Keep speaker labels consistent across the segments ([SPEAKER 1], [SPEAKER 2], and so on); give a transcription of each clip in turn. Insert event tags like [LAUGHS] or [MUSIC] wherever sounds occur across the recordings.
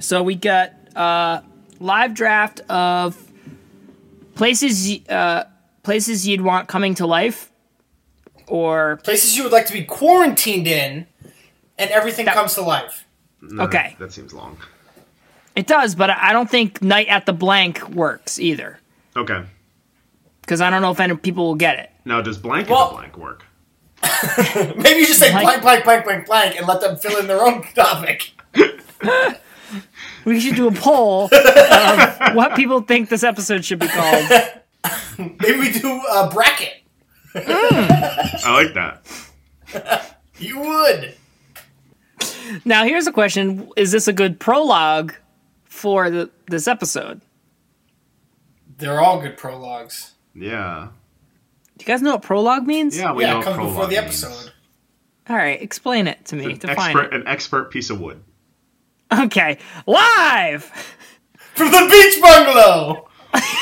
[SPEAKER 1] So we got uh, live draft of places y- uh, places you'd want coming to life, or
[SPEAKER 2] Places you would like to be quarantined in, and everything
[SPEAKER 1] That-
[SPEAKER 2] comes to life. [LAUGHS]
[SPEAKER 1] No, Okay.
[SPEAKER 3] That seems long.
[SPEAKER 1] it does, but I I don't think night at the blank works either
[SPEAKER 3] Okay.
[SPEAKER 1] because I don't know if any people will get it.
[SPEAKER 3] Now, does blank
[SPEAKER 2] Well-
[SPEAKER 3] and blank work?
[SPEAKER 2] Maybe you just say
[SPEAKER 1] Like-
[SPEAKER 2] blank, blank, blank, blank, blank, and let them fill in their own [LAUGHS] topic.
[SPEAKER 1] We should do a poll
[SPEAKER 3] [LAUGHS]
[SPEAKER 1] of what people think this episode should be called.
[SPEAKER 2] Maybe we do a bracket.
[SPEAKER 3] I like that.
[SPEAKER 2] You would.
[SPEAKER 1] Now, here's a question: Is this a good prologue for the, this episode?
[SPEAKER 2] They're all good prologues.
[SPEAKER 3] Yeah.
[SPEAKER 1] Do you guys know what prologue means?
[SPEAKER 3] Yeah, we
[SPEAKER 2] yeah,
[SPEAKER 3] know
[SPEAKER 2] it comes before
[SPEAKER 3] prologue
[SPEAKER 2] the
[SPEAKER 3] means.
[SPEAKER 2] episode.
[SPEAKER 1] All right, explain it to me.
[SPEAKER 3] An
[SPEAKER 1] Define
[SPEAKER 3] expert, an expert piece of wood.
[SPEAKER 1] it. Okay, live.
[SPEAKER 2] From the beach bungalow!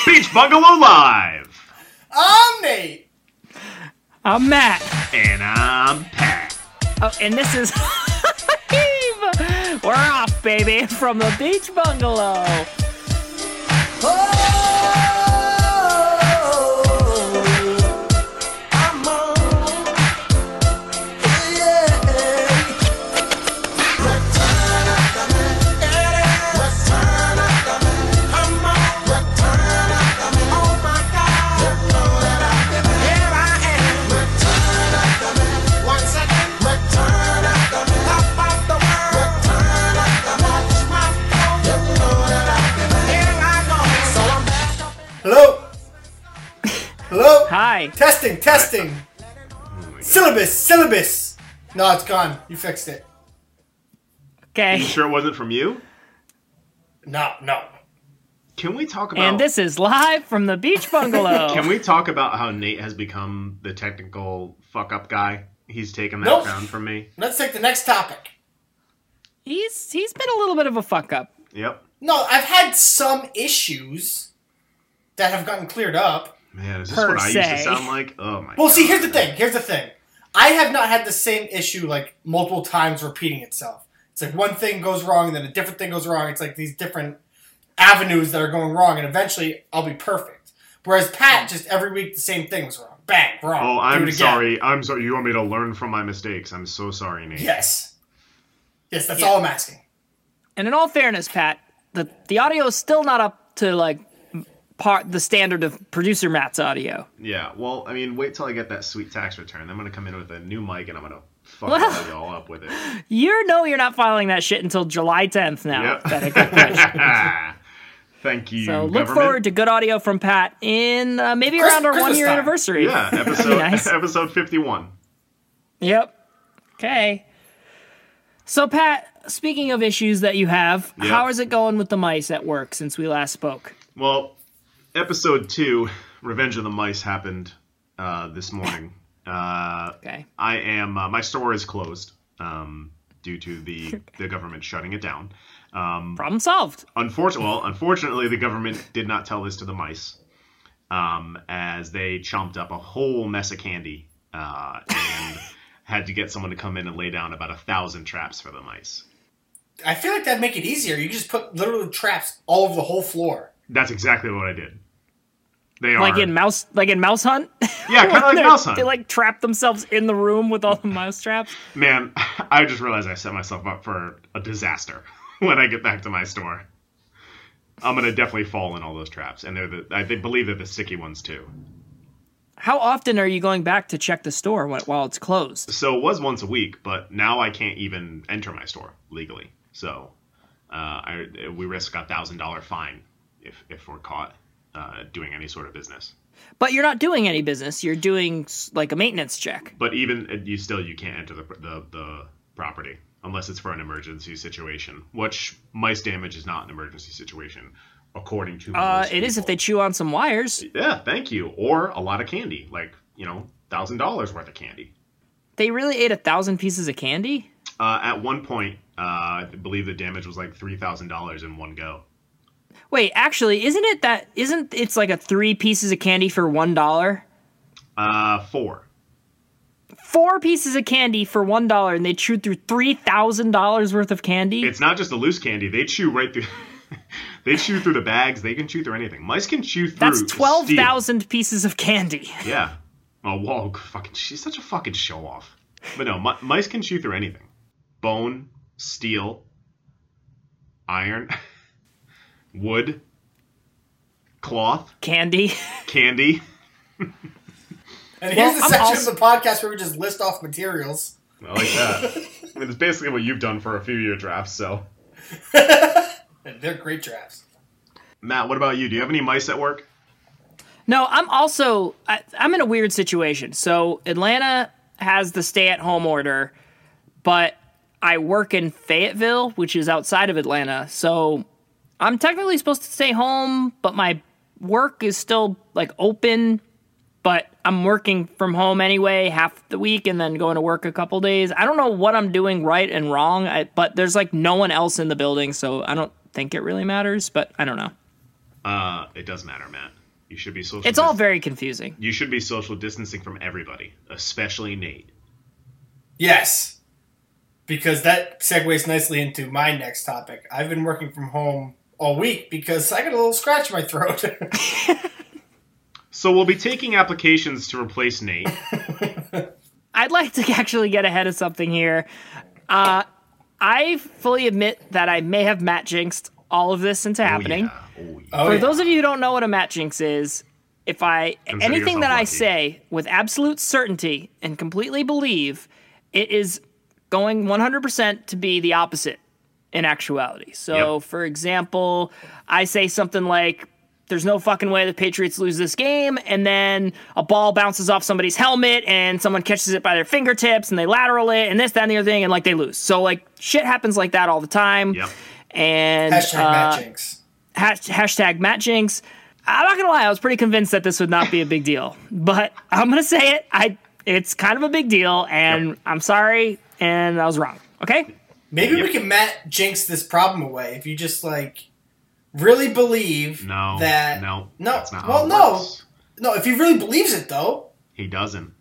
[SPEAKER 3] Beach Bungalow Live!
[SPEAKER 2] I'm Nate!
[SPEAKER 1] I'm Matt.
[SPEAKER 3] And I'm Pat.
[SPEAKER 1] Oh, and this is [LAUGHS] Live. We're off, baby, from the beach bungalow.
[SPEAKER 2] Hello? Hello?
[SPEAKER 1] Hi.
[SPEAKER 2] Testing, testing. Syllabus, syllabus. No, it's gone. You fixed it.
[SPEAKER 1] Okay,
[SPEAKER 3] Sure it wasn't from you?
[SPEAKER 2] No, no.
[SPEAKER 3] Can we talk about
[SPEAKER 1] and this is live from the
[SPEAKER 3] [LAUGHS]
[SPEAKER 1] beach bungalow.
[SPEAKER 3] Can we talk about how Nate has become the technical fuck up guy? He's taken that
[SPEAKER 2] Nope.
[SPEAKER 3] crown from me.
[SPEAKER 2] Let's take the next topic.
[SPEAKER 1] He's he's been a little bit of a fuck up.
[SPEAKER 3] Yep.
[SPEAKER 2] No, I've had some issues that have gotten cleared up.
[SPEAKER 3] Man, is this
[SPEAKER 1] Per
[SPEAKER 3] what I used to
[SPEAKER 1] se.
[SPEAKER 3] sound like? Oh my
[SPEAKER 2] Well, see,
[SPEAKER 3] God.
[SPEAKER 2] here's the thing. Here's the thing. I have not had the same issue like multiple times repeating itself. It's like one thing goes wrong and then a different thing goes wrong. It's like these different avenues that are going wrong, and eventually I'll be perfect. Whereas Pat, just every week the same thing was wrong. Bang, wrong.
[SPEAKER 3] Hmm. Oh,
[SPEAKER 2] Do it
[SPEAKER 3] I'm
[SPEAKER 2] again.
[SPEAKER 3] sorry. I'm sorry. You want me to learn from my mistakes? I'm so sorry, Nate.
[SPEAKER 2] Yes. Yes, that's
[SPEAKER 1] Yeah.
[SPEAKER 2] all I'm asking.
[SPEAKER 1] And in all fairness, Pat, the the audio is still not up to like part the standard of producer Matt's audio.
[SPEAKER 3] Yeah, well, I mean, wait till I get that sweet tax return. I'm gonna come in with a new mic and I'm gonna
[SPEAKER 1] [LAUGHS]
[SPEAKER 3] fuck
[SPEAKER 1] Well.
[SPEAKER 3] all y'all up with it.
[SPEAKER 1] You know you're not filing that shit until July 10th now.
[SPEAKER 3] Yep.
[SPEAKER 1] That it got pushed.
[SPEAKER 3] Ah, Thank [LAUGHS] you.
[SPEAKER 1] so look
[SPEAKER 3] government.
[SPEAKER 1] forward to good audio from Pat in uh, maybe
[SPEAKER 2] Christ-
[SPEAKER 1] around our
[SPEAKER 2] Christmas
[SPEAKER 1] one year
[SPEAKER 2] time.
[SPEAKER 1] anniversary.
[SPEAKER 3] yeah
[SPEAKER 1] [LAUGHS]
[SPEAKER 3] episode
[SPEAKER 1] nice.
[SPEAKER 3] [LAUGHS] episode 51.
[SPEAKER 1] Yep. Okay. So Pat, speaking of issues that you have,
[SPEAKER 3] Yep.
[SPEAKER 1] how is it going with the mice at work since we last spoke?
[SPEAKER 3] Well, episode two, Revenge of the Mice happened uh, this morning. Uh,
[SPEAKER 1] Okay.
[SPEAKER 3] I am uh, my store is closed um, due
[SPEAKER 1] [LAUGHS]
[SPEAKER 3] to the the government shutting it down. Um,
[SPEAKER 1] Problem solved.
[SPEAKER 3] unfortunately, well, unfortunately, the government did not tell this to the mice, um, as they chomped up a whole mess of candy uh, and [LAUGHS] had to get someone to come in and lay down about a thousand traps for the mice.
[SPEAKER 2] I feel like that'd make it easier. You just put literally traps all over the whole floor.
[SPEAKER 3] That's exactly what I did. They are
[SPEAKER 1] Like in mouse like in Mouse Hunt?
[SPEAKER 3] yeah, kind of
[SPEAKER 1] [LAUGHS]
[SPEAKER 3] like
[SPEAKER 1] They're-
[SPEAKER 3] mouse hunt.
[SPEAKER 1] They like trap themselves in the room with all the mouse traps.
[SPEAKER 3] Man, [LAUGHS] I just realized I set myself up for a disaster [LAUGHS] when I get back to my store. I'm gonna definitely fall in all those traps, and they're the I they believe they're the sticky ones too.
[SPEAKER 1] How often are you going back to check the store wh- while it's closed?
[SPEAKER 3] So it was once a week, but now I can't even enter my store legally. So uh, I, we risk a thousand dollar fine if if we're caught uh, doing any sort of business.
[SPEAKER 1] But you're not doing any business. You're doing s- like a maintenance check.
[SPEAKER 3] But even uh, you still you can't enter the the, the property unless it's for an emergency situation, which mice damage is not an emergency situation, according to
[SPEAKER 1] Uh,
[SPEAKER 3] most
[SPEAKER 1] it is if they
[SPEAKER 3] people.
[SPEAKER 1] chew on some wires.
[SPEAKER 3] yeah, thank you, or a lot of candy, like you know thousand dollars worth of candy.
[SPEAKER 1] They really ate a thousand pieces of candy.
[SPEAKER 3] Uh, at one point, uh, I believe the damage was like three thousand dollars in one go.
[SPEAKER 1] Wait, actually, isn't it that? Isn't it's like a three pieces of candy for one dollar?
[SPEAKER 3] Uh, four.
[SPEAKER 1] four pieces of candy for one dollar, and they chewed through three thousand dollars worth of candy.
[SPEAKER 3] It's not just the loose candy; they chew right through. [LAUGHS] they chew through the bags. They can chew through anything. Mice can chew through.
[SPEAKER 1] That's twelve
[SPEAKER 3] steel.
[SPEAKER 1] thousand pieces of candy. [LAUGHS]
[SPEAKER 3] Yeah. Oh, whoa! Fucking, she's such a fucking show off. But no, mi- mice can chew through anything: bone, steel, iron, [LAUGHS] wood, cloth,
[SPEAKER 1] Candy.
[SPEAKER 3] candy.
[SPEAKER 2] And
[SPEAKER 1] Well,
[SPEAKER 2] here's the
[SPEAKER 1] I'm
[SPEAKER 2] section
[SPEAKER 1] also-
[SPEAKER 2] of the podcast where we just list off materials.
[SPEAKER 3] I like that. I mean, it's basically what you've done for a few year drafts. So,
[SPEAKER 2] And they're great drafts.
[SPEAKER 3] Matt, what about you? Do you have any mice at work?
[SPEAKER 1] No, I'm also I, I'm in a weird situation. So Atlanta has the stay-at-home order, but I work in Fayetteville, which is outside of Atlanta. So I'm technically supposed to stay home, but my work is still like open. But I'm working from home anyway, half the week, and then going to work a couple days. I don't know what I'm doing right and wrong, I, but there's like no one else in the building, so I don't think it really matters. But I don't know.
[SPEAKER 3] Uh, it does matter, Matt. You should be social.
[SPEAKER 1] It's all
[SPEAKER 3] dis-
[SPEAKER 1] very confusing.
[SPEAKER 3] You should be social distancing from everybody, especially Nate.
[SPEAKER 2] Yes. Because that segues nicely into my next topic. I've been working from home all week because I got a little scratch in my throat. [LAUGHS]
[SPEAKER 3] So we'll be taking applications to replace Nate.
[SPEAKER 2] [LAUGHS]
[SPEAKER 1] I'd like to [LAUGHS] actually get ahead of something here. Uh, I fully admit that I may have Matt jinxed all of this into happening.
[SPEAKER 3] Oh, yeah. Oh, yeah.
[SPEAKER 2] Oh,
[SPEAKER 1] For
[SPEAKER 2] yeah.
[SPEAKER 1] those of you who don't know what a Matt jinx is, if I
[SPEAKER 3] Consider
[SPEAKER 1] anything that
[SPEAKER 3] yourself
[SPEAKER 1] I
[SPEAKER 3] lucky.
[SPEAKER 1] say with absolute certainty and completely believe, it is going 100% to be the opposite in actuality. So,
[SPEAKER 3] Yep.
[SPEAKER 1] for example, I say something like, there's no fucking way the Patriots lose this game. And then a ball bounces off somebody's helmet and someone catches it by their fingertips and they lateral it and this, that, and the other thing. And like they lose. So, like, shit happens like that all the time.
[SPEAKER 2] Um,
[SPEAKER 3] Yep.
[SPEAKER 1] And
[SPEAKER 2] Hashtag
[SPEAKER 1] uh,
[SPEAKER 2] Matt Jinx.
[SPEAKER 1] hash, hashtag Matt Jinx. I'm not gonna lie, I was pretty convinced that this would not be a big deal, but I'm gonna say it. I it's kind of a big deal, and
[SPEAKER 3] Yep.
[SPEAKER 1] I'm sorry, and I was wrong. Okay,
[SPEAKER 2] Maybe
[SPEAKER 3] Yep.
[SPEAKER 2] we can Matt Jinx this problem away if you just like really believe
[SPEAKER 3] No.
[SPEAKER 2] that
[SPEAKER 3] No.
[SPEAKER 2] no
[SPEAKER 3] That's not
[SPEAKER 2] well
[SPEAKER 3] how it
[SPEAKER 2] no
[SPEAKER 3] works.
[SPEAKER 2] no if he really believes it though [LAUGHS]
[SPEAKER 3] He doesn't.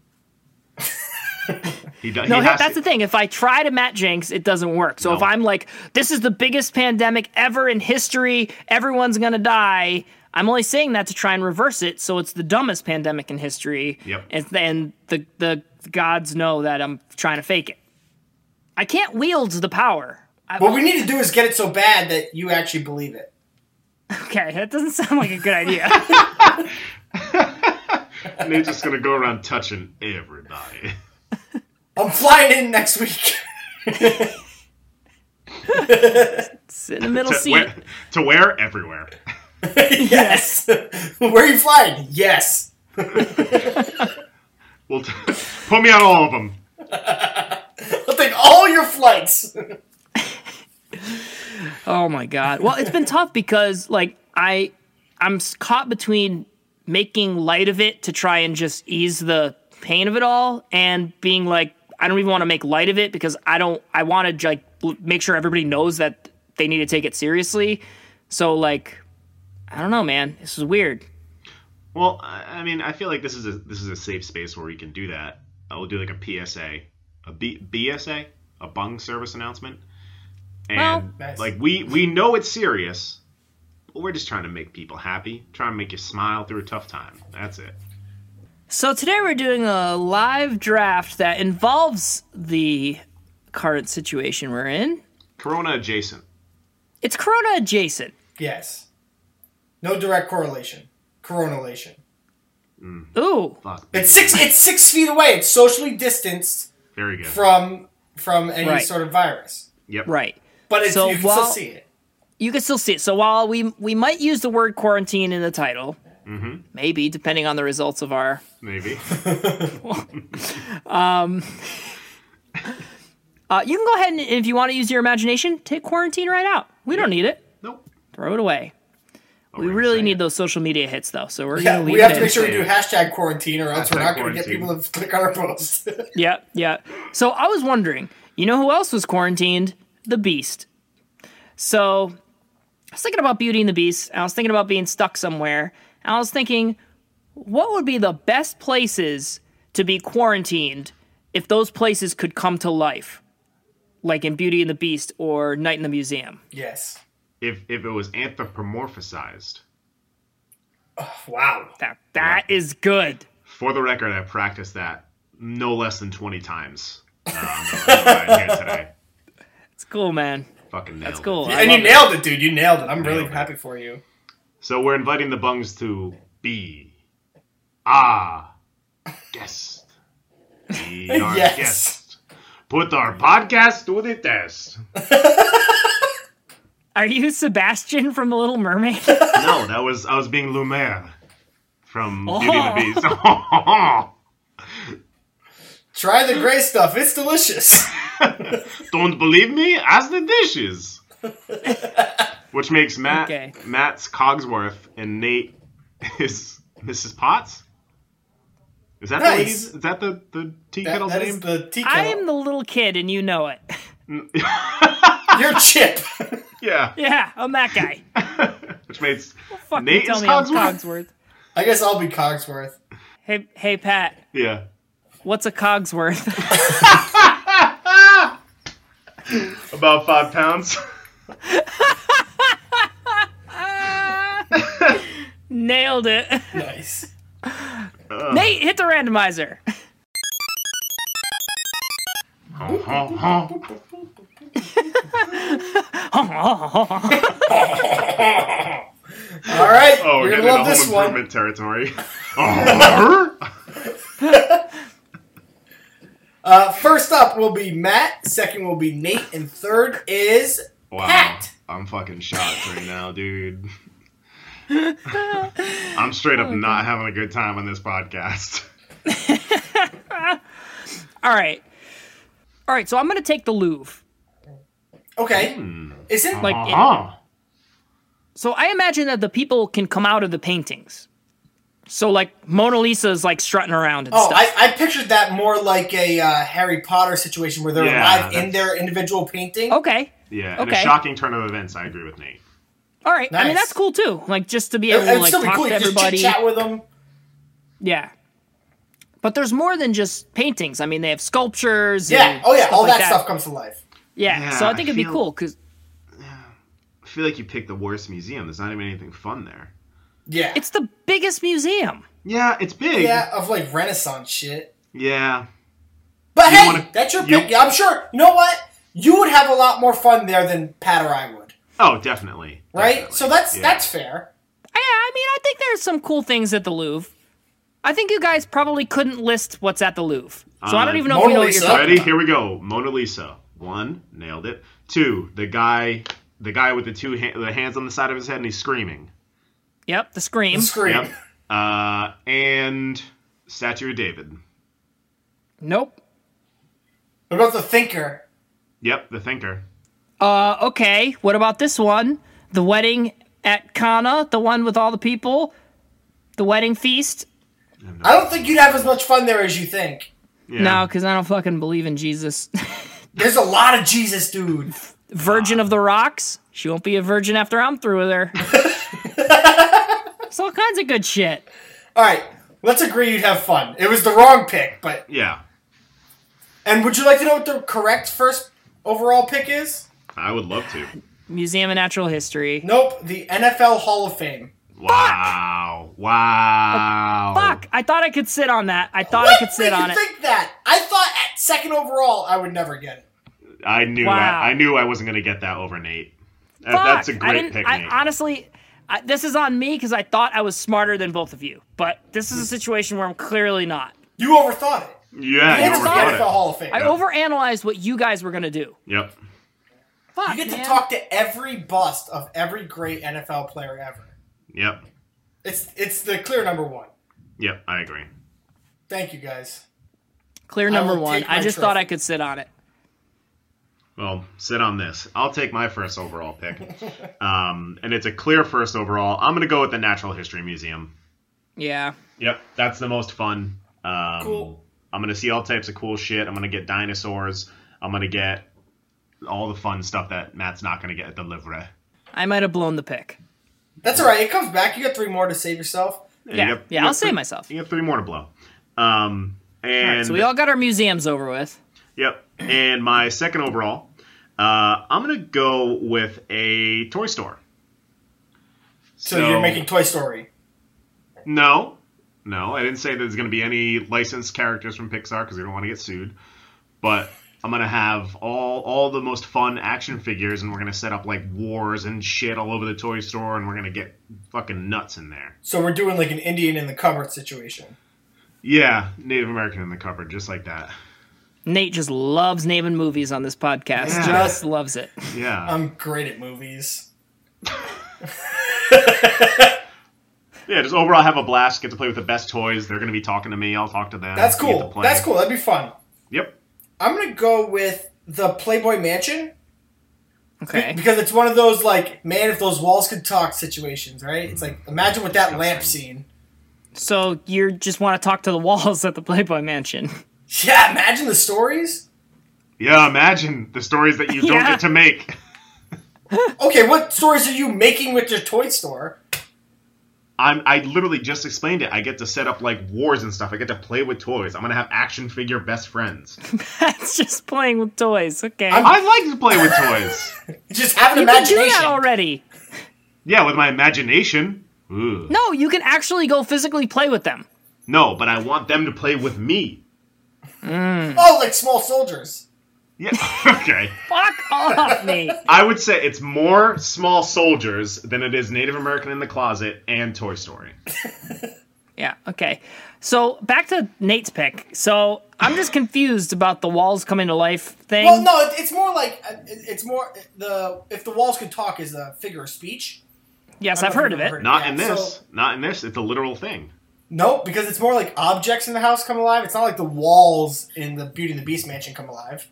[SPEAKER 3] he does.
[SPEAKER 1] no,
[SPEAKER 3] he
[SPEAKER 1] hey,
[SPEAKER 3] has
[SPEAKER 1] that's
[SPEAKER 3] to-
[SPEAKER 1] the thing. If I try to Matt Jinx, it doesn't work. So
[SPEAKER 3] No.
[SPEAKER 1] if I'm like, this is the biggest pandemic ever in history, everyone's gonna die. I'm only saying that to try and reverse it, so it's the dumbest pandemic in history.
[SPEAKER 3] Yep.
[SPEAKER 1] And, and the the gods know that I'm trying to fake it. I can't wield the power.
[SPEAKER 2] what we need to do is get it so bad that you actually believe it.
[SPEAKER 1] Okay, that doesn't sound like a good [LAUGHS] idea.
[SPEAKER 3] Nate's just gonna go around touching everybody.
[SPEAKER 2] I'm flying in next week. [LAUGHS]
[SPEAKER 1] Sit in the middle
[SPEAKER 3] to,
[SPEAKER 1] seat.
[SPEAKER 3] wear, to wear everywhere.
[SPEAKER 2] yes. [LAUGHS] Where are you flying? Yes.
[SPEAKER 3] Well, t- [LAUGHS] put me on all of them.
[SPEAKER 2] I'll take all your flights. [LAUGHS]
[SPEAKER 1] Oh my god. Well, it's been tough because like I I'm s- caught between making light of it to try and just ease the pain of it all and being like I don't even want to make light of it because I don't I want to like l- make sure everybody knows that they need to take it seriously. So like I don't know, man. This is weird.
[SPEAKER 3] Well, I I mean, I feel like this is a this is a safe space where we can do that. I will do like a PSA, a B, BSA, a bung service announcement, and
[SPEAKER 2] Well- Nice.
[SPEAKER 3] like we we know it's serious, but we're just trying to make people happy, trying to make you smile through a tough time. That's it.
[SPEAKER 1] So today we're doing a live draft that involves the current situation we're in.
[SPEAKER 3] Corona adjacent.
[SPEAKER 1] It's corona adjacent.
[SPEAKER 2] Yes. No direct correlation. Coronalation.
[SPEAKER 1] Ooh.
[SPEAKER 3] Fuck.
[SPEAKER 2] It's six. It's six feet away. It's socially distanced
[SPEAKER 3] Very good.
[SPEAKER 2] from from any
[SPEAKER 1] Right.
[SPEAKER 2] sort of virus.
[SPEAKER 3] yep.
[SPEAKER 1] Right.
[SPEAKER 2] But it's,
[SPEAKER 1] So
[SPEAKER 2] you can
[SPEAKER 1] while-
[SPEAKER 2] still see it.
[SPEAKER 1] You can still see it. So while we we might use the word quarantine in the title,
[SPEAKER 2] Mm-hmm.
[SPEAKER 1] maybe depending on the results of our
[SPEAKER 3] Maybe.
[SPEAKER 1] [LAUGHS] uh, you can go ahead and if you want to use your imagination, take quarantine right out. We don't need it.
[SPEAKER 3] Nope.
[SPEAKER 1] Throw it away.
[SPEAKER 3] Oh,
[SPEAKER 1] We
[SPEAKER 3] we're
[SPEAKER 1] really
[SPEAKER 3] saying
[SPEAKER 1] need
[SPEAKER 3] it.
[SPEAKER 1] those social media hits though. So we're
[SPEAKER 2] Yeah,
[SPEAKER 1] gonna leave
[SPEAKER 2] we have
[SPEAKER 1] it
[SPEAKER 2] to
[SPEAKER 1] in.
[SPEAKER 2] make sure we do hashtag quarantine, or else we're
[SPEAKER 3] Hashtag
[SPEAKER 2] not going to get
[SPEAKER 3] quarantine.
[SPEAKER 2] people to click on our post. [LAUGHS]
[SPEAKER 1] Yeah, yeah. So I was wondering, you know who else was quarantined? The Beast. So I was thinking about Beauty and the Beast. And I was thinking about being stuck somewhere. And I was thinking, what would be the best places to be quarantined if those places could come to life, like in Beauty and the Beast or Night in the Museum.
[SPEAKER 2] Yes.
[SPEAKER 3] If if it was anthropomorphized.
[SPEAKER 2] Oh, wow.
[SPEAKER 1] That that is good.
[SPEAKER 3] For the record, I practiced that no less than twenty times. Um, here today.
[SPEAKER 1] It's cool, man.
[SPEAKER 3] Fucking nailed
[SPEAKER 1] That's
[SPEAKER 3] it.
[SPEAKER 1] cool. I
[SPEAKER 2] and you
[SPEAKER 1] love it.
[SPEAKER 2] nailed it, dude. You nailed it. I'm really
[SPEAKER 3] Nailed it.
[SPEAKER 2] happy for you.
[SPEAKER 3] So we're inviting the bungs to be ah guest.
[SPEAKER 1] [LAUGHS]
[SPEAKER 3] Be our
[SPEAKER 2] Yes.
[SPEAKER 3] guest. Put our podcast to the test.
[SPEAKER 1] Are you Sebastian from The Little Mermaid?
[SPEAKER 3] No, that was I was being Lumiere from
[SPEAKER 1] Oh.
[SPEAKER 3] Beauty and the Beast.
[SPEAKER 2] Try the [GASPS] gray stuff. It's delicious.
[SPEAKER 3] [LAUGHS] Don't believe me? Ask the
[SPEAKER 1] [LAUGHS]
[SPEAKER 3] dishes. Which makes Matt
[SPEAKER 1] Okay.
[SPEAKER 3] Matt's Cogsworth and Nate is Mrs. Potts. Is that the
[SPEAKER 2] Nice.
[SPEAKER 3] ladies? Is that the the tea
[SPEAKER 2] That,
[SPEAKER 3] kettle's
[SPEAKER 2] that
[SPEAKER 3] name?
[SPEAKER 2] is the tea
[SPEAKER 1] I
[SPEAKER 2] kettle.
[SPEAKER 1] am the little kid, and you know it. [LAUGHS]
[SPEAKER 2] [LAUGHS] You're Chip.
[SPEAKER 3] yeah,
[SPEAKER 1] Yeah, I'm that guy.
[SPEAKER 3] which makes
[SPEAKER 1] Fucking
[SPEAKER 3] Nate
[SPEAKER 1] tell
[SPEAKER 3] is
[SPEAKER 1] me I'm
[SPEAKER 3] Cogsworth?
[SPEAKER 1] Cogsworth.
[SPEAKER 2] I guess I'll be Cogsworth.
[SPEAKER 1] Hey, hey, Pat.
[SPEAKER 3] yeah.
[SPEAKER 1] What's a Cogsworth? [LAUGHS]
[SPEAKER 3] About
[SPEAKER 2] [LAUGHS]
[SPEAKER 3] five pounds.
[SPEAKER 1] Nailed it. [LAUGHS]
[SPEAKER 2] Nice.
[SPEAKER 1] Nate, hit the randomizer. [LAUGHS]
[SPEAKER 3] Oh,
[SPEAKER 2] All right.
[SPEAKER 3] Oh,
[SPEAKER 2] You're
[SPEAKER 3] we're
[SPEAKER 2] going
[SPEAKER 3] getting
[SPEAKER 2] to
[SPEAKER 3] into
[SPEAKER 2] love
[SPEAKER 3] home
[SPEAKER 2] this
[SPEAKER 3] improvement
[SPEAKER 2] one. [LAUGHS]
[SPEAKER 3] territory. [LAUGHS] Oh,
[SPEAKER 2] Uh, first up will be Matt. Second will be Nate. And third is
[SPEAKER 3] wow.
[SPEAKER 2] Pat.
[SPEAKER 3] I'm fucking shocked right now, dude. I'm straight up not having a good time on this podcast.
[SPEAKER 1] All right. All right, so I'm going to take the Louvre.
[SPEAKER 2] Okay. Isn't
[SPEAKER 1] Hmm. Like, it-
[SPEAKER 3] Uh-huh.
[SPEAKER 1] so I imagine that the people can come out of the paintings. So, like, Mona Lisa is like strutting around and
[SPEAKER 2] Oh,
[SPEAKER 1] stuff.
[SPEAKER 2] I, I pictured that more like a uh, Harry Potter situation where they're
[SPEAKER 3] Yeah,
[SPEAKER 2] alive in
[SPEAKER 3] that's-
[SPEAKER 2] their individual painting.
[SPEAKER 1] okay.
[SPEAKER 3] Yeah, and
[SPEAKER 1] Okay.
[SPEAKER 3] a shocking turn of events. I agree with Nate.
[SPEAKER 1] All right. I mean,
[SPEAKER 2] Nice.
[SPEAKER 1] that's cool too. Like, just to be
[SPEAKER 2] It,
[SPEAKER 1] able
[SPEAKER 2] would
[SPEAKER 1] to like
[SPEAKER 2] still be
[SPEAKER 1] talk
[SPEAKER 2] cool.
[SPEAKER 1] to
[SPEAKER 2] You just
[SPEAKER 1] everybody.
[SPEAKER 2] chit chat with them.
[SPEAKER 1] Yeah. But there's more than just paintings. I mean, they have sculptures.
[SPEAKER 2] Yeah.
[SPEAKER 1] and
[SPEAKER 2] Oh, yeah.
[SPEAKER 1] stuff
[SPEAKER 2] All
[SPEAKER 1] like
[SPEAKER 2] that, stuff comes to life.
[SPEAKER 1] Yeah.
[SPEAKER 3] Yeah,
[SPEAKER 1] so I think
[SPEAKER 3] I
[SPEAKER 1] it'd be
[SPEAKER 3] feel-
[SPEAKER 1] cool because
[SPEAKER 3] I feel like you picked the worst museum. There's not even anything fun there.
[SPEAKER 2] Yeah.
[SPEAKER 1] it's the biggest museum.
[SPEAKER 3] Yeah, it's big.
[SPEAKER 2] yeah, of like Renaissance shit.
[SPEAKER 3] Yeah.
[SPEAKER 2] But
[SPEAKER 3] You
[SPEAKER 2] hey,
[SPEAKER 3] wanna-
[SPEAKER 2] that's your
[SPEAKER 3] you-
[SPEAKER 2] pick. Yeah, I'm sure. You know what? You would have a lot more fun there than Pat or I would,
[SPEAKER 3] Oh, definitely.
[SPEAKER 2] right?
[SPEAKER 3] Definitely.
[SPEAKER 2] So that's
[SPEAKER 3] Yeah.
[SPEAKER 2] that's fair.
[SPEAKER 1] I, I mean, I think there's some cool things at the Louvre. I think you guys probably couldn't list what's at the Louvre. So I
[SPEAKER 3] Uh,
[SPEAKER 1] don't even know if
[SPEAKER 2] Mona
[SPEAKER 1] we know
[SPEAKER 2] Lisa.
[SPEAKER 1] what you're talking
[SPEAKER 3] Ready?
[SPEAKER 1] about.
[SPEAKER 3] Here we go. Mona Lisa. One, nailed it. Two, the guy, the guy with the two ha- the hands on the side of his head, and he's screaming.
[SPEAKER 1] Yep, the scream.
[SPEAKER 2] Scream.
[SPEAKER 3] Yep. Uh, and Statue of David.
[SPEAKER 1] Nope.
[SPEAKER 2] What about the thinker?
[SPEAKER 3] Yep, the thinker.
[SPEAKER 1] Uh, okay. What about this one? The wedding at Cana, the one with all the people, the wedding feast.
[SPEAKER 2] I don't think you'd have as much fun there as you think.
[SPEAKER 3] Yeah.
[SPEAKER 1] No, because I don't fucking believe in Jesus. [LAUGHS]
[SPEAKER 2] There's a lot of Jesus, dude.
[SPEAKER 1] virgin of the rocks. She won't be a virgin after I'm through with her. it's all kinds of good shit.
[SPEAKER 2] All right, let's agree you'd have fun. It was the wrong pick, but
[SPEAKER 3] Yeah.
[SPEAKER 2] and would you like to know what the correct first overall pick is?
[SPEAKER 3] I would love to.
[SPEAKER 1] Museum of Natural History.
[SPEAKER 2] Nope, the NFL Hall of Fame.
[SPEAKER 3] Wow. Wow.
[SPEAKER 1] Fuck! I thought I could sit on that. I thought I could sit
[SPEAKER 2] made
[SPEAKER 1] on
[SPEAKER 2] you
[SPEAKER 1] it.
[SPEAKER 2] think that? I thought at second overall I would never get it.
[SPEAKER 3] I knew
[SPEAKER 1] Wow.
[SPEAKER 3] I, I knew I wasn't gonna get that over Nate. That-
[SPEAKER 1] Fuck!
[SPEAKER 3] That's a
[SPEAKER 1] I
[SPEAKER 3] great
[SPEAKER 1] didn't,
[SPEAKER 3] pick,
[SPEAKER 1] I
[SPEAKER 3] Nate.
[SPEAKER 1] honestly, I, this is on me because I thought I was smarter than both of you. But this is a situation where I'm clearly not.
[SPEAKER 2] You overthought it.
[SPEAKER 3] yeah,
[SPEAKER 2] And
[SPEAKER 3] you
[SPEAKER 2] it's the NFL
[SPEAKER 3] overthought
[SPEAKER 2] Hall of Fame.
[SPEAKER 1] I overanalyzed what you guys were gonna do.
[SPEAKER 3] it. Yep.
[SPEAKER 1] Fuck,
[SPEAKER 2] you get
[SPEAKER 1] man.
[SPEAKER 2] to talk to every bust of every great NFL player ever.
[SPEAKER 3] Yep.
[SPEAKER 2] It's it's the clear number one.
[SPEAKER 3] Yep. I agree.
[SPEAKER 2] Thank you guys.
[SPEAKER 1] Clear number
[SPEAKER 2] will
[SPEAKER 1] one.
[SPEAKER 2] take
[SPEAKER 1] I
[SPEAKER 2] my
[SPEAKER 1] just thought I
[SPEAKER 2] trophy.
[SPEAKER 1] could sit on it.
[SPEAKER 3] Well, sit on this. I'll take my first overall pick. um, and it's a clear first overall. I'm going to go with the Natural History Museum.
[SPEAKER 1] Yeah.
[SPEAKER 3] Yep, that's the most fun. Um,
[SPEAKER 2] Cool.
[SPEAKER 3] I'm going to see all types of cool shit. I'm going to get dinosaurs. I'm going to get all the fun stuff that Matt's not going to get at the Livre.
[SPEAKER 1] I might have blown the pick.
[SPEAKER 2] That's all right. It comes back. You got three more to save yourself.
[SPEAKER 1] Yeah. Yeah. I'll save myself.
[SPEAKER 3] You get three more to blow. Um, And
[SPEAKER 1] so we all got our museums over with.
[SPEAKER 3] Yep. And my second overall, uh, I'm gonna go with a toy store.
[SPEAKER 2] So, you're making Toy Story.
[SPEAKER 3] no, no. I didn't say there's gonna be any licensed characters from Pixar because we don't want to get sued. But I'm gonna have all all the most fun action figures, and we're gonna set up like wars and shit all over the toy store, and we're gonna get fucking nuts in there.
[SPEAKER 2] So we're doing like an Indian in the cupboard situation.
[SPEAKER 3] Yeah, Native American in the cupboard, just like that.
[SPEAKER 1] Nate just loves naming movies on this podcast.
[SPEAKER 3] Yeah.
[SPEAKER 1] Just loves it.
[SPEAKER 3] Yeah.
[SPEAKER 2] I'm great at movies.
[SPEAKER 3] Yeah, just overall have a blast. Get to play with the best toys. They're going to be talking to me. I'll talk to them.
[SPEAKER 2] That's
[SPEAKER 3] We get to
[SPEAKER 2] cool.
[SPEAKER 3] play.
[SPEAKER 2] That's cool. That'd be fun.
[SPEAKER 3] Yep.
[SPEAKER 2] I'm gonna go with the Playboy Mansion be- [LAUGHS]
[SPEAKER 1] Okay.
[SPEAKER 2] because it's one of those like, man, if those walls could talk situations, right? It's like imagine with that lamp scene. [LAUGHS]
[SPEAKER 1] So you just want to talk to the walls at the Playboy Mansion.
[SPEAKER 2] Yeah, imagine the stories.
[SPEAKER 3] Yeah, imagine the stories that you don't
[SPEAKER 1] Yeah.
[SPEAKER 3] get to make.
[SPEAKER 2] Okay, what stories are you making with your toy store?
[SPEAKER 3] I'm, I literally just explained it. I get to set up like wars and stuff. I get to play with toys. I'm going to have action figure best friends.
[SPEAKER 1] That's just playing with toys. Okay.
[SPEAKER 2] I'm-
[SPEAKER 3] I like to play with toys.
[SPEAKER 2] Just have an
[SPEAKER 1] you can do
[SPEAKER 2] imagination.
[SPEAKER 1] that already.
[SPEAKER 3] Yeah, with my imagination. Ooh.
[SPEAKER 1] No, you can actually go physically play with them.
[SPEAKER 3] No, but I want them to play with me.
[SPEAKER 2] Oh, like small soldiers.
[SPEAKER 3] Yeah. [LAUGHS] okay.
[SPEAKER 1] Fuck off, [LAUGHS] Nate.
[SPEAKER 3] I would say it's more small soldiers than it is Native American in the closet and Toy Story.
[SPEAKER 1] Yeah, okay. So back to Nate's pick. So I'm just confused about the walls coming to life thing.
[SPEAKER 2] Well, no, it- it's more like uh, it- it's more the if the walls could talk is a figure of speech.
[SPEAKER 1] yes,
[SPEAKER 2] I
[SPEAKER 1] I've
[SPEAKER 2] don't know
[SPEAKER 1] heard
[SPEAKER 2] if
[SPEAKER 1] of
[SPEAKER 2] you've
[SPEAKER 1] it.
[SPEAKER 2] ever
[SPEAKER 3] Not
[SPEAKER 2] Yeah,
[SPEAKER 3] in this.
[SPEAKER 2] so-
[SPEAKER 3] Not in this. It's a literal thing.
[SPEAKER 2] Nope, because it's more like objects in the house come alive. It's not like the walls in the Beauty and the Beast mansion come alive.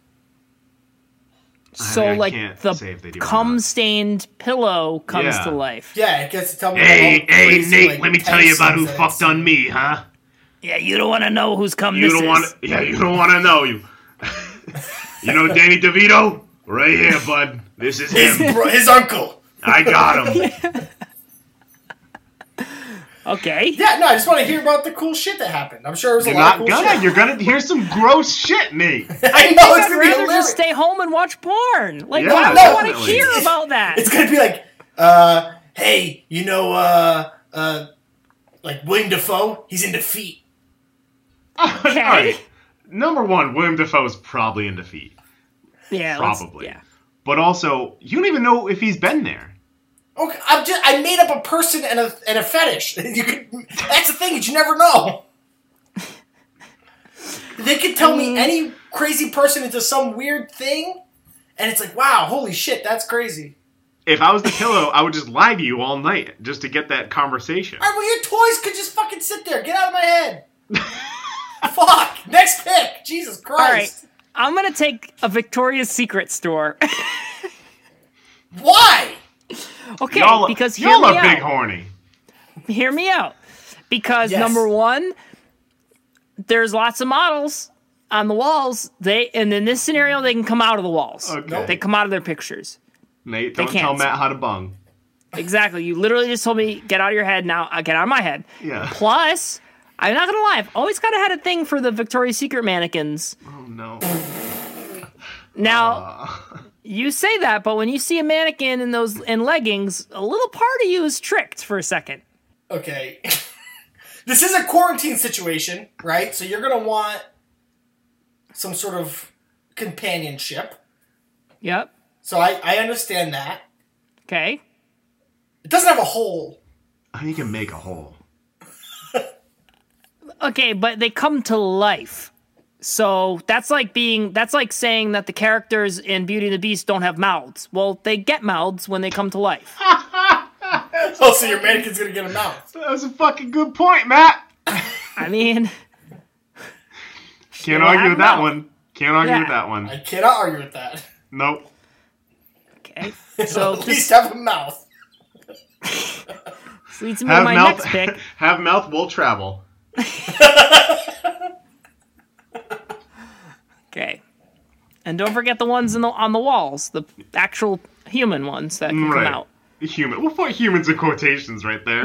[SPEAKER 1] So
[SPEAKER 3] I
[SPEAKER 1] like
[SPEAKER 3] can't say if they
[SPEAKER 1] the
[SPEAKER 3] do or
[SPEAKER 1] cum
[SPEAKER 3] not.
[SPEAKER 1] stained pillow comes
[SPEAKER 3] Yeah.
[SPEAKER 1] to life.
[SPEAKER 2] Yeah, it gets to tell me. about all
[SPEAKER 3] Hey,
[SPEAKER 2] the
[SPEAKER 3] hey,
[SPEAKER 2] crazy,
[SPEAKER 3] Nate,
[SPEAKER 2] like,
[SPEAKER 3] let me tell you about who
[SPEAKER 2] tensions
[SPEAKER 3] fucked
[SPEAKER 2] that
[SPEAKER 3] on me, huh?
[SPEAKER 1] Yeah, you don't want to know who's cum
[SPEAKER 3] You
[SPEAKER 1] this
[SPEAKER 3] don't
[SPEAKER 1] is.
[SPEAKER 3] want to, yeah, you don't want to know you. you know Danny DeVito? Right here, bud. This is
[SPEAKER 2] it's- His,
[SPEAKER 3] him.
[SPEAKER 2] bro- his uncle.
[SPEAKER 3] I got him.
[SPEAKER 1] Okay.
[SPEAKER 2] Yeah, no, I just want to hear about the cool shit that happened. I'm sure it was
[SPEAKER 3] You're
[SPEAKER 2] a lot
[SPEAKER 3] not
[SPEAKER 2] of cool
[SPEAKER 3] gonna.
[SPEAKER 2] shit.
[SPEAKER 3] You're gonna hear some gross shit, Nate.
[SPEAKER 2] [LAUGHS] I know it's
[SPEAKER 1] I'd
[SPEAKER 2] gonna be
[SPEAKER 1] rather
[SPEAKER 2] hilarious.
[SPEAKER 1] just stay home and watch porn. Like,
[SPEAKER 3] Yeah,
[SPEAKER 1] why would I want to
[SPEAKER 3] definitely.
[SPEAKER 1] hear
[SPEAKER 2] It's-
[SPEAKER 1] about that?
[SPEAKER 2] it's gonna be like, uh, hey, you know, uh, uh, like William Defoe, he's in defeat.
[SPEAKER 1] Okay.
[SPEAKER 3] All right. Number one, William Defoe's probably in defeat,
[SPEAKER 1] yeah, let's-
[SPEAKER 3] probably.
[SPEAKER 1] Yeah.
[SPEAKER 3] But also, you don't even know if he's been there.
[SPEAKER 2] Okay, I'm just I made up a person and a and a fetish. [LAUGHS] You could that's the thing that you never know. They could tell me any crazy person into some weird thing, and it's like, wow, holy shit, that's crazy.
[SPEAKER 3] If I was the pillow, I would just lie to you all night just to get that conversation.
[SPEAKER 2] All right, well, your toys could just fucking sit there. Get out of my head. Fuck. Next pick. Jesus
[SPEAKER 1] All right.
[SPEAKER 2] Christ.
[SPEAKER 1] I'm gonna take a Victoria's Secret store.
[SPEAKER 2] Why?
[SPEAKER 1] [LAUGHS] okay,
[SPEAKER 3] y'all,
[SPEAKER 1] because hear
[SPEAKER 3] y'all
[SPEAKER 1] me
[SPEAKER 3] are
[SPEAKER 1] out.
[SPEAKER 3] big horny.
[SPEAKER 1] hear me out. Because
[SPEAKER 2] Yes.
[SPEAKER 1] number one, there's lots of models on the walls. They and in this scenario, they can come out of the walls.
[SPEAKER 3] Okay.
[SPEAKER 1] They come out of their pictures.
[SPEAKER 3] Nate, don't
[SPEAKER 1] can't.
[SPEAKER 3] tell Matt how to bung.
[SPEAKER 1] Exactly. You literally just told me get out of your head now. I get out of my head.
[SPEAKER 3] Yeah.
[SPEAKER 1] Plus, I'm not gonna lie. I've always kind of had a thing for the Victoria's Secret mannequins.
[SPEAKER 3] Oh no.
[SPEAKER 1] Now,
[SPEAKER 3] Uh.
[SPEAKER 1] you say that, but when you see a mannequin in those in leggings, a little part of you is tricked for a second.
[SPEAKER 2] Okay. [LAUGHS] this is a quarantine situation, right? So you're going to want some sort of companionship.
[SPEAKER 1] Yep.
[SPEAKER 2] So I, I understand that.
[SPEAKER 1] Okay.
[SPEAKER 2] It doesn't have a hole.
[SPEAKER 3] You can make a hole.
[SPEAKER 1] Okay, but they come to life. So that's like being that's like saying that the characters in Beauty and the Beast don't have mouths. Well, they get mouths when they come to life.
[SPEAKER 2] Oh, so your mannequin's going to get a mouth.
[SPEAKER 3] That was a fucking good point, Matt.
[SPEAKER 1] I mean, [LAUGHS]
[SPEAKER 3] Can't
[SPEAKER 1] Well, I
[SPEAKER 3] argue with
[SPEAKER 1] don't
[SPEAKER 3] that
[SPEAKER 1] know.
[SPEAKER 3] one. Can't argue
[SPEAKER 1] Yeah.
[SPEAKER 3] with that one.
[SPEAKER 2] I cannot argue with that. [LAUGHS]
[SPEAKER 3] Nope.
[SPEAKER 1] okay.
[SPEAKER 2] So
[SPEAKER 1] So
[SPEAKER 2] at
[SPEAKER 1] this
[SPEAKER 3] [LAUGHS]
[SPEAKER 2] least have a mouth.
[SPEAKER 1] leads me to
[SPEAKER 3] Have
[SPEAKER 1] my
[SPEAKER 3] mouth.
[SPEAKER 1] next pick.
[SPEAKER 3] [LAUGHS] have mouth will travel.
[SPEAKER 1] Okay. And don't forget the ones in the on the walls, the actual human ones that can
[SPEAKER 3] Right.
[SPEAKER 1] come out.
[SPEAKER 3] Human. We'll put humans in quotations right there.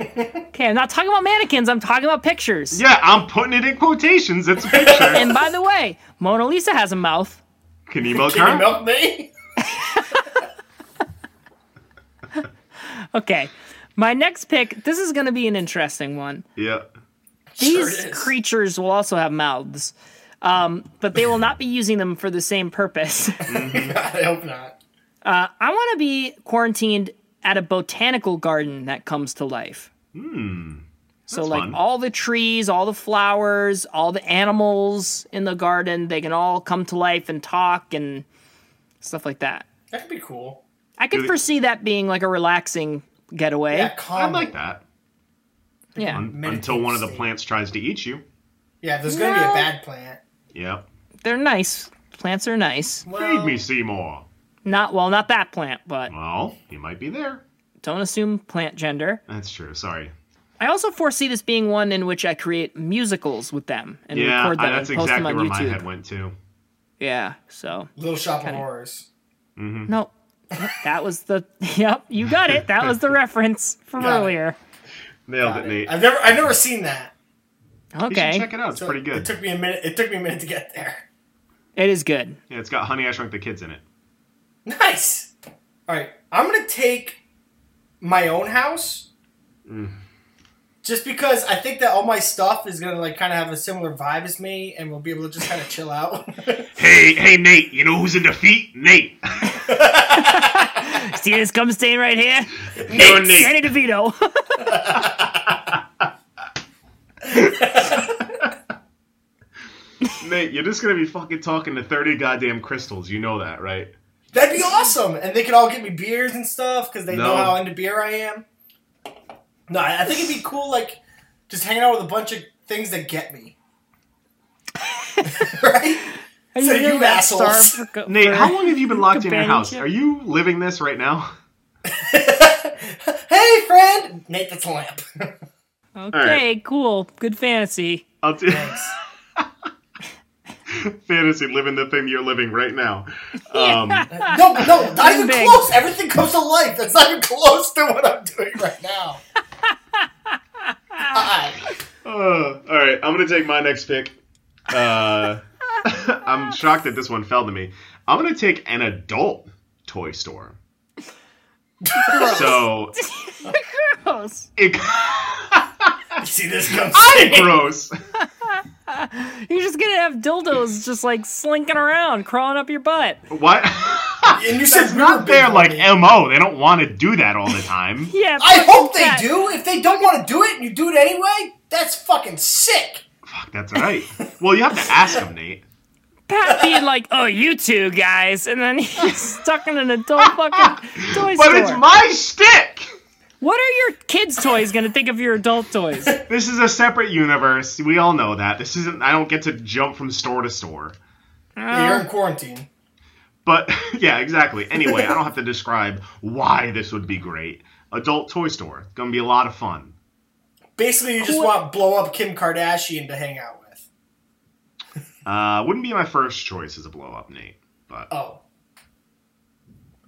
[SPEAKER 1] Okay, I'm not talking about mannequins. I'm talking about pictures.
[SPEAKER 3] yeah, I'm putting it in quotations. It's a picture.
[SPEAKER 1] And by the way, Mona Lisa has a mouth.
[SPEAKER 3] Can you milk
[SPEAKER 2] Can you
[SPEAKER 3] her?
[SPEAKER 2] milk me? [LAUGHS]
[SPEAKER 1] Okay, my next pick. This is going to be an interesting one.
[SPEAKER 3] Yeah.
[SPEAKER 2] Sure
[SPEAKER 1] These
[SPEAKER 2] it is.
[SPEAKER 1] creatures will also have mouths, um, but they will not be using them for the same purpose. [LAUGHS]
[SPEAKER 2] I hope not.
[SPEAKER 1] I want to be quarantined at a botanical garden that comes to life.
[SPEAKER 2] Hmm.
[SPEAKER 1] So
[SPEAKER 3] That's
[SPEAKER 1] like
[SPEAKER 3] fun.
[SPEAKER 1] all the trees, all the flowers, all the animals in the garden, they can all come to life and talk and stuff like that.
[SPEAKER 2] That could be cool.
[SPEAKER 1] I could
[SPEAKER 3] they-
[SPEAKER 1] foresee that being like a relaxing getaway.
[SPEAKER 2] Yeah,
[SPEAKER 1] Yeah.
[SPEAKER 2] calm.
[SPEAKER 3] I'd like that. Un-
[SPEAKER 2] Meditate
[SPEAKER 3] until one of the
[SPEAKER 2] state.
[SPEAKER 3] plants tries to eat you.
[SPEAKER 2] Yeah, there's gonna be
[SPEAKER 1] No.
[SPEAKER 2] a bad plant.
[SPEAKER 3] Yep.
[SPEAKER 1] They're nice. Plants are nice.
[SPEAKER 2] Well,
[SPEAKER 3] Feed me, Seymour.
[SPEAKER 1] Not well, not that plant, but
[SPEAKER 3] Well, he might be there.
[SPEAKER 1] don't assume plant gender.
[SPEAKER 3] That's true. Sorry.
[SPEAKER 1] I also foresee this being one in which I create musicals with them and
[SPEAKER 3] yeah,
[SPEAKER 1] record them
[SPEAKER 3] that's
[SPEAKER 1] and post
[SPEAKER 3] exactly
[SPEAKER 1] them
[SPEAKER 3] where
[SPEAKER 1] on
[SPEAKER 3] my
[SPEAKER 1] YouTube.
[SPEAKER 3] head went to.
[SPEAKER 1] Yeah, so
[SPEAKER 2] Little Shop of Horrors.
[SPEAKER 3] Mm.
[SPEAKER 1] No. That was the [LAUGHS] Yep, you got it. That
[SPEAKER 3] [LAUGHS]
[SPEAKER 1] was the reference from
[SPEAKER 2] Got it.
[SPEAKER 1] earlier.
[SPEAKER 3] Nailed it, Nate.
[SPEAKER 2] I've never, I've never seen that.
[SPEAKER 3] You should
[SPEAKER 1] Okay.
[SPEAKER 3] check it out. It's
[SPEAKER 2] So
[SPEAKER 3] pretty good.
[SPEAKER 2] It took me a minute. It took me a minute to get there.
[SPEAKER 1] It is good.
[SPEAKER 3] yeah, it's got Honey I Shrunk the Kids in it.
[SPEAKER 2] Nice. All right, I'm gonna take my own house, just because I think that all my stuff is gonna like kind of have a similar vibe as me, and we'll be able to just kind of chill out.
[SPEAKER 3] Hey, hey, Nate. You know who's in defeat? Nate.
[SPEAKER 1] See this gum stain right
[SPEAKER 3] [LAUGHS]
[SPEAKER 1] here?
[SPEAKER 3] Yo,
[SPEAKER 1] Danny
[SPEAKER 3] Nate. [LAUGHS]
[SPEAKER 1] DeVito. [LAUGHS]
[SPEAKER 3] Nate, you're just gonna be fucking talking to thirty goddamn crystals. You know that, right?
[SPEAKER 2] That'd be awesome, and they could all get me beers and stuff because they
[SPEAKER 3] No.
[SPEAKER 2] know how into beer I am. No, I I think it'd be cool, like just hanging out with a bunch of things that get me. right?
[SPEAKER 1] Are
[SPEAKER 2] So you
[SPEAKER 1] really that
[SPEAKER 2] assholes.
[SPEAKER 1] starved for-
[SPEAKER 3] Nate,
[SPEAKER 1] for-
[SPEAKER 3] how long have you been locked in your house?
[SPEAKER 1] Companionship.
[SPEAKER 3] Are you living this right now? [LAUGHS]
[SPEAKER 2] Hey, friend. Nate, that's a lamp. [LAUGHS]
[SPEAKER 1] Okay, cool. Good
[SPEAKER 3] [LAUGHS]
[SPEAKER 1] fantasy.
[SPEAKER 3] I'll t- fantasy living the thing you're living right now. Um,
[SPEAKER 2] no, no, not even
[SPEAKER 1] Big.
[SPEAKER 2] close. Everything comes to life. That's not even close to what I'm doing right
[SPEAKER 3] [LAUGHS]
[SPEAKER 2] now. Uh-uh. Hi.
[SPEAKER 3] uh, all right, I'm gonna take my next pick. Uh, [LAUGHS] I'm shocked that this one fell to me. I'm gonna take an adult toy store. so
[SPEAKER 1] Gross.
[SPEAKER 3] it
[SPEAKER 2] You see this comes.
[SPEAKER 3] Ah! gross.
[SPEAKER 1] You're just gonna have dildos just like slinking around, crawling up your butt.
[SPEAKER 3] What?
[SPEAKER 2] and you
[SPEAKER 3] That's [LAUGHS]
[SPEAKER 2] said we were
[SPEAKER 3] not
[SPEAKER 2] big
[SPEAKER 3] their like
[SPEAKER 2] money.
[SPEAKER 3] mo. They don't want to do that all the time.
[SPEAKER 1] Yeah.
[SPEAKER 2] I
[SPEAKER 1] fucking
[SPEAKER 2] hope they
[SPEAKER 1] fat.
[SPEAKER 2] do. If they don't want to do it and you do it anyway, that's fucking sick.
[SPEAKER 3] Fuck, that's right. Well, you have to ask them, Nate.
[SPEAKER 1] Pat being like, "Oh, you two guys," and then he's stuck in an adult fucking toy
[SPEAKER 3] But
[SPEAKER 1] store.
[SPEAKER 3] it's my shtick.
[SPEAKER 1] what are your kids' toys gonna think of your adult toys?
[SPEAKER 3] This is a separate universe. We all know that. This isn't. I don't get to jump from store to store. Uh.
[SPEAKER 2] You're in quarantine.
[SPEAKER 3] But [LAUGHS] yeah, exactly. Anyway, I don't have to describe why this would be great. Adult toy store. It's gonna be a lot of fun.
[SPEAKER 2] Basically, you just want blow up Kim Kardashian to hang out with.
[SPEAKER 3] Uh, wouldn't be my first choice as a blow up, Nate. But
[SPEAKER 2] Oh,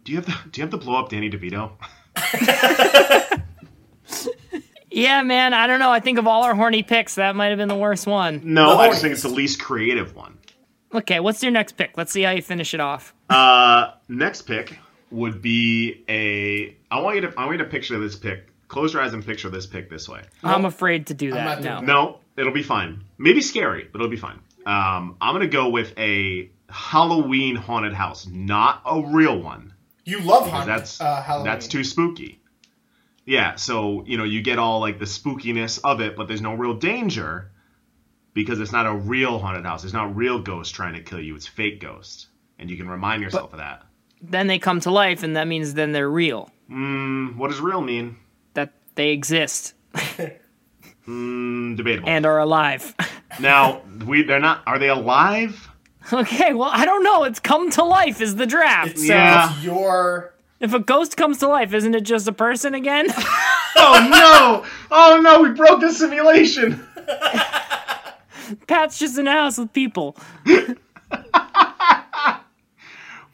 [SPEAKER 3] do you have the do you have the blow up Danny DeVito?
[SPEAKER 1] Yeah, man. I don't know. I think of all our horny picks, that might have been the worst one.
[SPEAKER 3] No,
[SPEAKER 2] No.
[SPEAKER 3] I just think it's the least creative one.
[SPEAKER 1] Okay, what's your next pick? Let's see how you finish it off.
[SPEAKER 3] Uh, next pick would be a. I want you to. I want you to picture this pick. Close your eyes and picture this pick this way.
[SPEAKER 1] I'm afraid to do that.
[SPEAKER 2] not doing
[SPEAKER 1] No.
[SPEAKER 3] No, it'll be fine. Maybe scary, but it'll be fine. Um, I'm gonna go with a Halloween haunted house, not a real one.
[SPEAKER 2] you love
[SPEAKER 3] because
[SPEAKER 2] haunted
[SPEAKER 3] That's
[SPEAKER 2] uh, Halloween.
[SPEAKER 3] that's too spooky. Yeah, so you know you get all like the spookiness of it, but there's no real danger because it's not a real haunted house. It's not real ghosts trying to kill you. It's fake ghosts, and you can remind yourself of that.
[SPEAKER 1] Then they come to life, and that means then they're real,
[SPEAKER 3] Mm, what does real mean?
[SPEAKER 1] that they exist
[SPEAKER 3] Mm, debatable.
[SPEAKER 1] and are alive.
[SPEAKER 3] [LAUGHS]
[SPEAKER 1] [LAUGHS]
[SPEAKER 3] now we they're not. Are they alive?
[SPEAKER 1] okay, well, I don't know. It's come to life is the draft. So
[SPEAKER 3] Yeah.
[SPEAKER 2] It's your
[SPEAKER 1] if a ghost comes to life, isn't it just a person [LAUGHS] again?
[SPEAKER 3] Oh no! Oh no! We broke the simulation.
[SPEAKER 1] Pat's just in a house with people.
[SPEAKER 3] But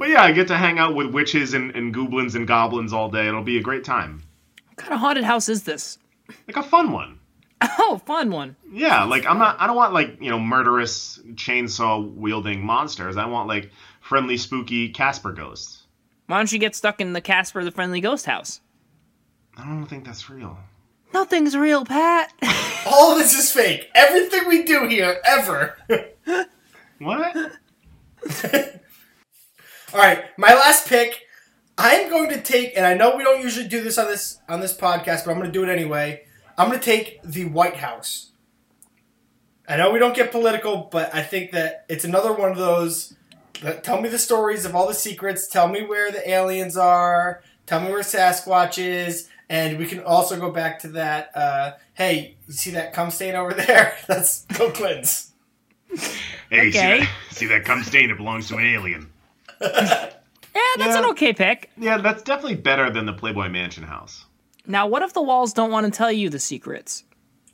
[SPEAKER 3] yeah, I get to hang out with witches and, and goblins and goblins all day. It'll be a great time.
[SPEAKER 1] What kind of haunted house is this?
[SPEAKER 3] Like a fun one.
[SPEAKER 1] [LAUGHS] Oh, fun one.
[SPEAKER 3] Yeah, like I'm not I don't want like, you know, murderous chainsaw wielding monsters. I want like friendly spooky Casper ghosts.
[SPEAKER 1] Why don't you get stuck in the Casper the Friendly Ghost house?
[SPEAKER 3] I don't think that's real.
[SPEAKER 1] Nothing's real, Pat.
[SPEAKER 2] All of this is fake. Everything we do here, ever. [LAUGHS]
[SPEAKER 1] [LAUGHS]
[SPEAKER 3] What?
[SPEAKER 2] All right, my last pick. I'm going to take, and I know we don't usually do this on this on this podcast, but I'm going to do it anyway. I'm going to take the White House. I know we don't get political, but I think that it's another one of those. uh, Tell me the stories of all the secrets. Tell me where the aliens are. Tell me where Sasquatch is, and we can also go back to that. Uh, hey, you see that cum stain over [LAUGHS] there? That's Bill Clinton's.
[SPEAKER 3] Hey,
[SPEAKER 1] Okay.
[SPEAKER 3] see, that, [LAUGHS] see that cum stain? It belongs to an alien.
[SPEAKER 1] [LAUGHS] Yeah, that's an
[SPEAKER 3] Yeah.
[SPEAKER 1] okay pick.
[SPEAKER 3] Yeah, that's definitely better than the Playboy Mansion house.
[SPEAKER 1] Now, what if the walls don't want to tell you the secrets?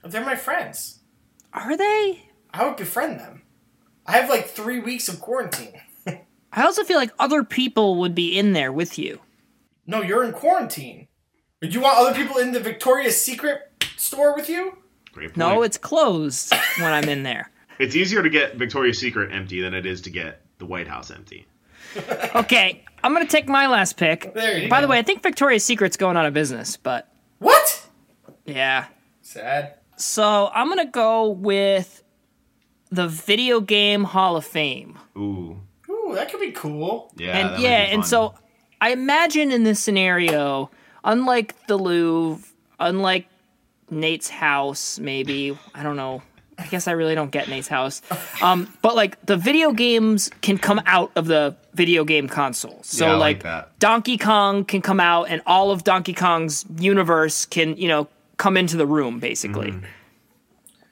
[SPEAKER 2] They're my friends.
[SPEAKER 1] Are they?
[SPEAKER 2] I would befriend them. I have like three weeks of quarantine.
[SPEAKER 1] I also feel like other people would be in there with you.
[SPEAKER 2] No, you're in quarantine. Do you want other people in the Victoria's Secret store with you?
[SPEAKER 3] Great point.
[SPEAKER 1] No, it's closed [LAUGHS] when I'm in there.
[SPEAKER 3] It's easier to get Victoria's Secret empty than it is to get the White House empty.
[SPEAKER 1] Okay, I'm gonna take my last pick.
[SPEAKER 2] There you
[SPEAKER 1] By
[SPEAKER 2] go.
[SPEAKER 1] the way, I think Victoria's Secret's going out of business, but
[SPEAKER 2] What?
[SPEAKER 1] yeah.
[SPEAKER 2] Sad.
[SPEAKER 1] So I'm gonna go with the video game Hall of Fame.
[SPEAKER 3] Ooh,
[SPEAKER 2] Ooh, that could be cool.
[SPEAKER 3] yeah, that
[SPEAKER 1] and
[SPEAKER 3] would
[SPEAKER 1] yeah,
[SPEAKER 3] be
[SPEAKER 1] and
[SPEAKER 3] fun.
[SPEAKER 1] so I imagine in this scenario, unlike the Louvre, unlike Nate's house, maybe I don't know. I guess I really don't get Nate's house. Um, but like the video games can come out of the video game console. So
[SPEAKER 3] Yeah, I like
[SPEAKER 1] like,
[SPEAKER 3] that.
[SPEAKER 1] Donkey Kong can come out, and all of Donkey Kong's universe can you know come into the room basically.
[SPEAKER 3] Mm-hmm.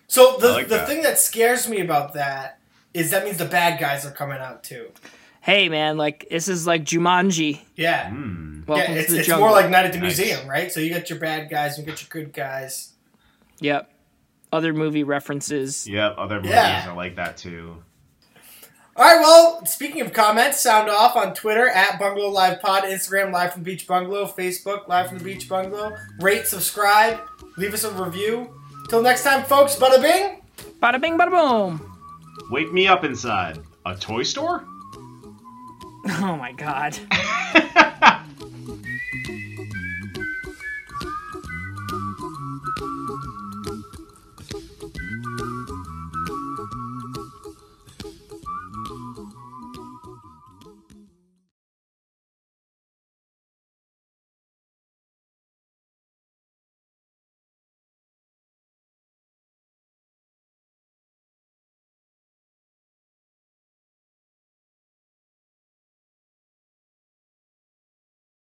[SPEAKER 2] So the,
[SPEAKER 3] I like
[SPEAKER 2] the
[SPEAKER 3] that.
[SPEAKER 2] thing that scares me about that is that means the bad guys are coming out too.
[SPEAKER 1] Hey man, like this is like Jumanji.
[SPEAKER 2] Yeah. yeah
[SPEAKER 1] Hmm. Welcome
[SPEAKER 2] it's
[SPEAKER 1] to the
[SPEAKER 2] it's
[SPEAKER 1] jungle.
[SPEAKER 2] more like Night at the
[SPEAKER 3] Nice.
[SPEAKER 2] Museum, right? So you got your bad guys, you got your good guys.
[SPEAKER 1] yep. Other movie references.
[SPEAKER 3] yeah, other movies
[SPEAKER 2] Yeah.
[SPEAKER 3] are like that too.
[SPEAKER 2] All right. Well, speaking of comments, sound off on Twitter at Bungalow Live Pod, Instagram Live from the Beach Bungalow, Facebook Live from the Beach Bungalow. Rate, subscribe, leave us a review. Till next time, folks. Bada bing.
[SPEAKER 1] Bada bing, bada boom.
[SPEAKER 2] [LAUGHS]
[SPEAKER 3] Wake me up inside a toy store.
[SPEAKER 1] Oh my god.